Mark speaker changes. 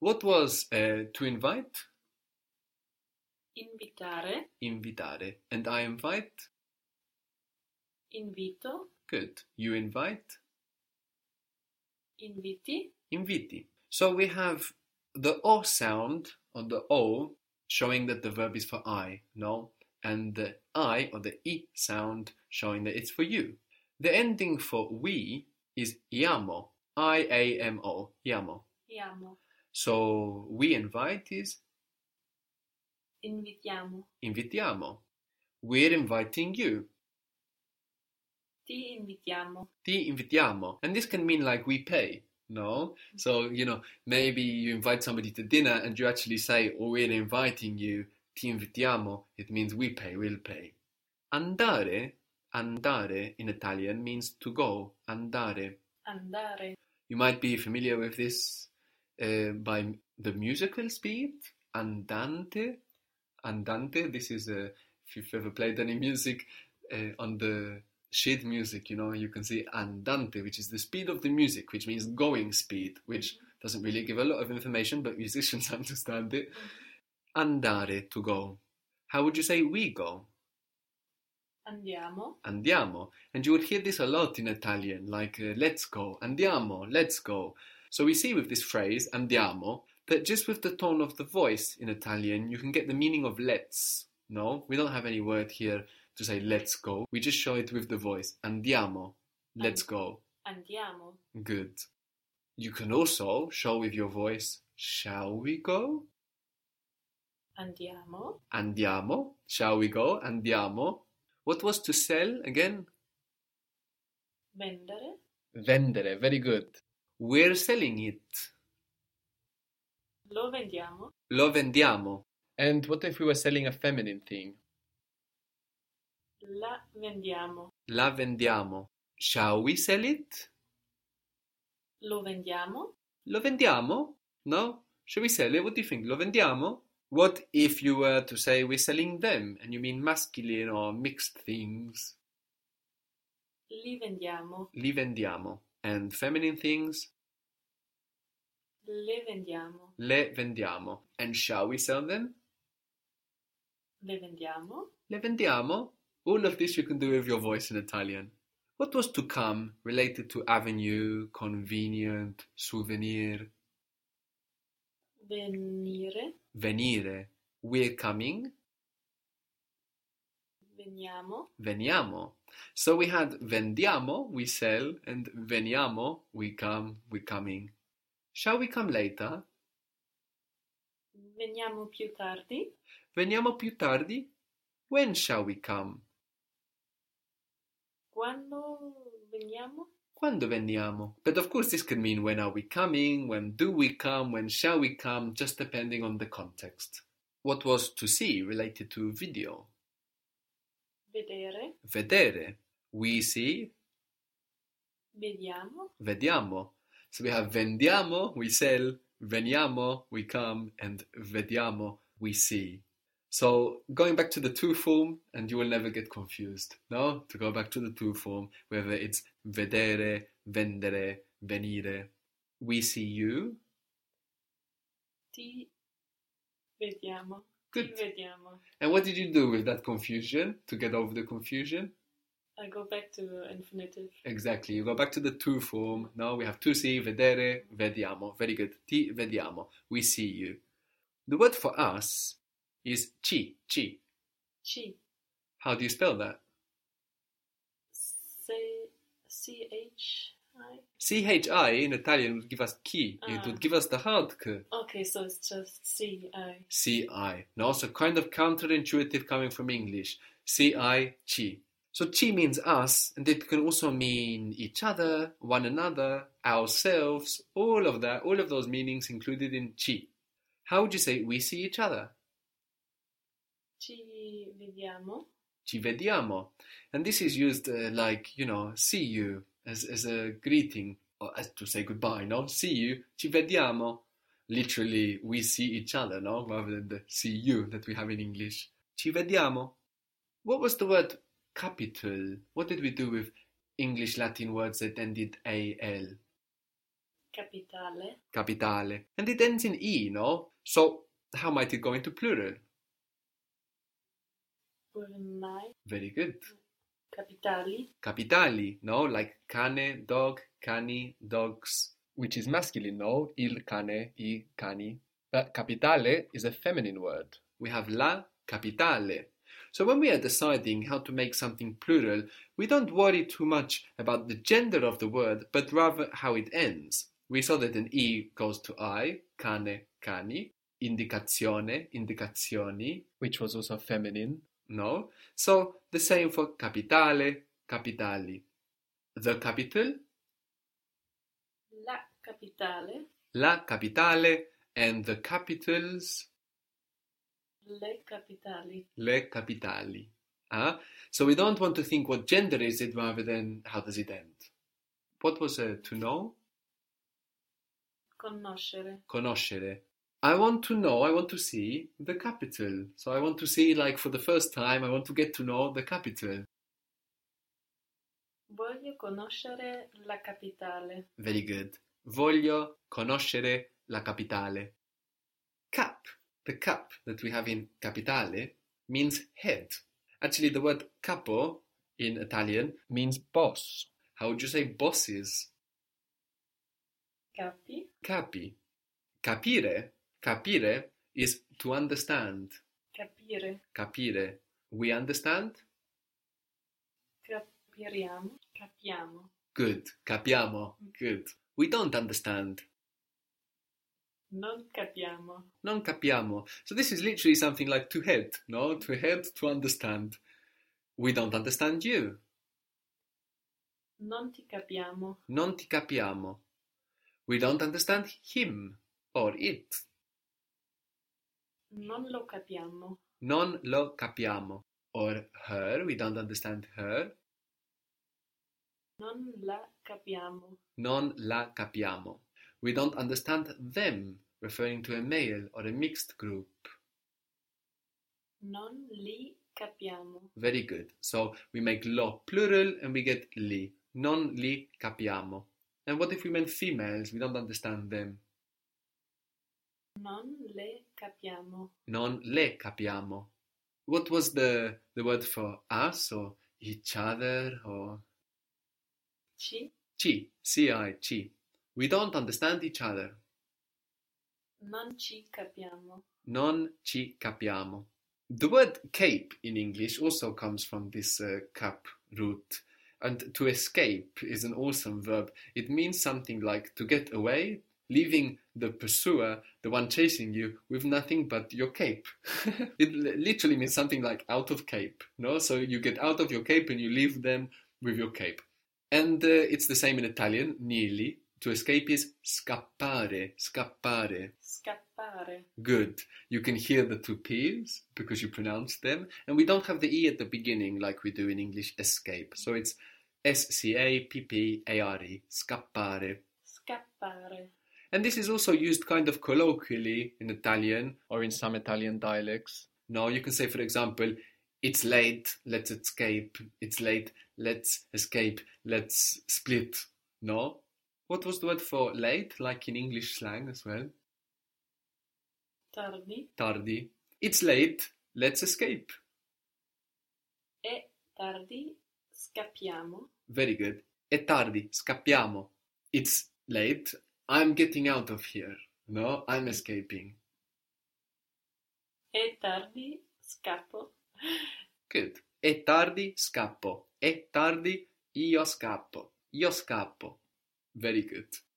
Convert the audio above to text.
Speaker 1: What was uh, to invite?
Speaker 2: Invitare,
Speaker 1: Invitare. And I invite?
Speaker 2: invito,
Speaker 1: Good. You invite?
Speaker 2: inviti,
Speaker 1: Inviti. So we have the O sound on the O showing that the verb is for I, no? And the I or the E sound showing that it's for you. The ending for we is iamo. I A M O. Iamo.
Speaker 2: iamo,
Speaker 1: So we invite is
Speaker 2: invitiamo,
Speaker 1: invitiamo. We're inviting you.
Speaker 2: ti invitiamo,
Speaker 1: Ti invitiamo. And this can mean like we pay, no? So, you know, maybe you invite somebody to dinner and you actually say, oh, we're inviting you, ti invitiamo. It means we pay, we'll pay. Andare, andare in Italian means to go, andare.
Speaker 2: andare,
Speaker 1: You might be familiar with this uh, by the musical speed, Andante. Andante, this is, uh, if you've ever played any music uh, on the sheet music, you know, you can see Andante, which is the speed of the music, which means going speed, which doesn't really give a lot of information, but musicians understand it. Andare, to go. How would you say we go?
Speaker 2: andiamo,
Speaker 1: andiamo. And you will hear this a lot in Italian, like uh, let's go, andiamo, let's go. So we see with this phrase, andiamo, that just with the tone of the voice in Italian, you can get the meaning of let's. No, we don't have any word here to say let's go. We just show it with the voice, andiamo, let's go.
Speaker 2: andiamo,
Speaker 1: Good. You can also show with your voice, shall we go?
Speaker 2: andiamo,
Speaker 1: Andiamo, shall we go? Andiamo. What was to sell again?
Speaker 2: vendere,
Speaker 1: Vendere, very good. We're selling it.
Speaker 2: lo vendiamo,
Speaker 1: Lo vendiamo. And what if we were selling a feminine thing?
Speaker 2: la vendiamo,
Speaker 1: La vendiamo. Shall we sell it?
Speaker 2: lo vendiamo,
Speaker 1: Lo vendiamo? No? Should we sell it? What do you think? Lo vendiamo? What if you were to say we're selling them and you mean masculine or mixed things?
Speaker 2: li vendiamo,
Speaker 1: Li vendiamo. And feminine things?
Speaker 2: le vendiamo,
Speaker 1: Le vendiamo. And shall we sell them?
Speaker 2: le vendiamo,
Speaker 1: Le vendiamo. All of this you can do with your voice in Italian. What was to come related to avenue, convenient, souvenir,
Speaker 2: venire,
Speaker 1: venire? We're coming,
Speaker 2: veniamo,
Speaker 1: veniamo. So we had vendiamo, we sell, and veniamo, we come, we're coming. Shall we come later?
Speaker 2: veniamo più tardi,
Speaker 1: Veniamo più tardi? When shall we come?
Speaker 2: quando veniamo,
Speaker 1: Quando veniamo? But of course, this can mean when are we coming, when do we come, when shall we come, just depending on the context. What was to see related to video?
Speaker 2: vedere,
Speaker 1: Vedere. We see,
Speaker 2: vediamo,
Speaker 1: vediamo. So we have vendiamo, we sell, veniamo, we come, and vediamo, we see. So going back to the two form, and you will never get confused. No? To go back to the two form, whether it's vedere, vendere, venire. We see you,
Speaker 2: ti vediamo,
Speaker 1: Good.
Speaker 2: ti vediamo.
Speaker 1: And what did you do with that confusion to get over the confusion?
Speaker 2: I go back to infinitive.
Speaker 1: Exactly. You go back to the two form. Now we have to see, vedere, vediamo. Very good. Ti vediamo. We see you. The word for us is ci, ci.
Speaker 2: Ci,
Speaker 1: How do you spell that?
Speaker 2: say, C-H, I.
Speaker 1: C-H-I in Italian would give us chi. It
Speaker 2: Ah.
Speaker 1: would give us the hard k.
Speaker 2: Okay, so it's just C-I.
Speaker 1: C-I. Now, so kind of counterintuitive coming from English. C-I, chi. So chi means us, and it can also mean each other, one another, ourselves, all of that, all of those meanings included in chi. How would you say we see each other?
Speaker 2: Ci vediamo,
Speaker 1: Ci vediamo. And this is used uh, like, you know, see you as, as a greeting, or as to say goodbye, no? See you, ci vediamo. Literally, we see each other, no? Rather than the see you that we have in English. Ci vediamo. What was the word capital? What did we do with English Latin words that ended AL?
Speaker 2: capitale.
Speaker 1: capitale. And it ends in E, no? So how might it go into plural?
Speaker 2: Ormai,
Speaker 1: Very good.
Speaker 2: capitali,
Speaker 1: Capitali, no? Like cane, dog, cani, dogs. Which is masculine, no? Il cane, i cani. But capitale is a feminine word. We have la capitale. So when we are deciding how to make something plural, we don't worry too much about the gender of the word, but rather how it ends. We saw that an E goes to I, cane, cani, indicazione, indicazioni, which was also feminine, no? So the same for capitale, capitali. The capital,
Speaker 2: la capitale,
Speaker 1: la capitale, and the capitals,
Speaker 2: le capitali.
Speaker 1: le capitali. Ah, So we don't want to think what gender is it rather than how does it end. What was uh, to know?
Speaker 2: Conoscere,
Speaker 1: Conoscere. I want to know, I want to see the capital. So I want to see, like, for the first time, I want to get to know the capital.
Speaker 2: voglio conoscere la capitale.
Speaker 1: Very good. Voglio conoscere la capitale. Cap, the cap that we have in capitale, means head. Actually, the word capo in Italian means boss. How would you say bosses?
Speaker 2: Capi,
Speaker 1: Capi. Capire. Capire is to understand.
Speaker 2: capire,
Speaker 1: Capire. We understand?
Speaker 2: capiriamo, capiamo.
Speaker 1: Good. Capiamo. Good. We don't understand.
Speaker 2: Non capiamo,
Speaker 1: Non capiamo. So this is literally something like to head, no? To head, to understand. We don't understand you.
Speaker 2: non ti capiamo,
Speaker 1: Non ti capiamo. We don't understand him or it.
Speaker 2: non lo capiamo,
Speaker 1: Non lo capiamo. Or her. We don't understand her.
Speaker 2: non la capiamo,
Speaker 1: Non la capiamo. We don't understand them, referring to a male or a mixed group.
Speaker 2: non li capiamo,
Speaker 1: Very good. So we make lo plural and we get li. Non li capiamo. And what if we meant females? We don't understand them.
Speaker 2: non le capiamo,
Speaker 1: Non le capiamo. What was the, the word for us or each other or
Speaker 2: ci,
Speaker 1: chi? C-I, chi. We don't understand each other.
Speaker 2: non ci capiamo,
Speaker 1: Non ci capiamo. The word cape in English also comes from this uh, cap root. And to escape is an awesome verb. It means something like to get away, leaving the pursuer, the one chasing you, with nothing but your cape. it li- literally means something like out of cape, no? So you get out of your cape and you leave them with your cape. And uh, it's the same in Italian, nearly. To escape is scappare, scappare.
Speaker 2: scappare,
Speaker 1: Good. You can hear the two P's because you pronounce them. And we don't have the E at the beginning like we do in English escape. So it's S C A P P A R E, scappare.
Speaker 2: scappare,
Speaker 1: And this is also used kind of colloquially in Italian or in some Italian dialects. No, you can say, for example, it's late, let's escape. It's late, let's escape, let's split. No? What was the word for late, like in English slang as well?
Speaker 2: tardi,
Speaker 1: tardi. It's late, let's escape.
Speaker 2: è tardi, scappiamo,
Speaker 1: Very good. È tardi, scappiamo. It's late, I'm getting out of here. No, I'm escaping.
Speaker 2: è tardi, scappo,
Speaker 1: Good. È tardi, scappo. È tardi, io scappo. Io scappo. Very good.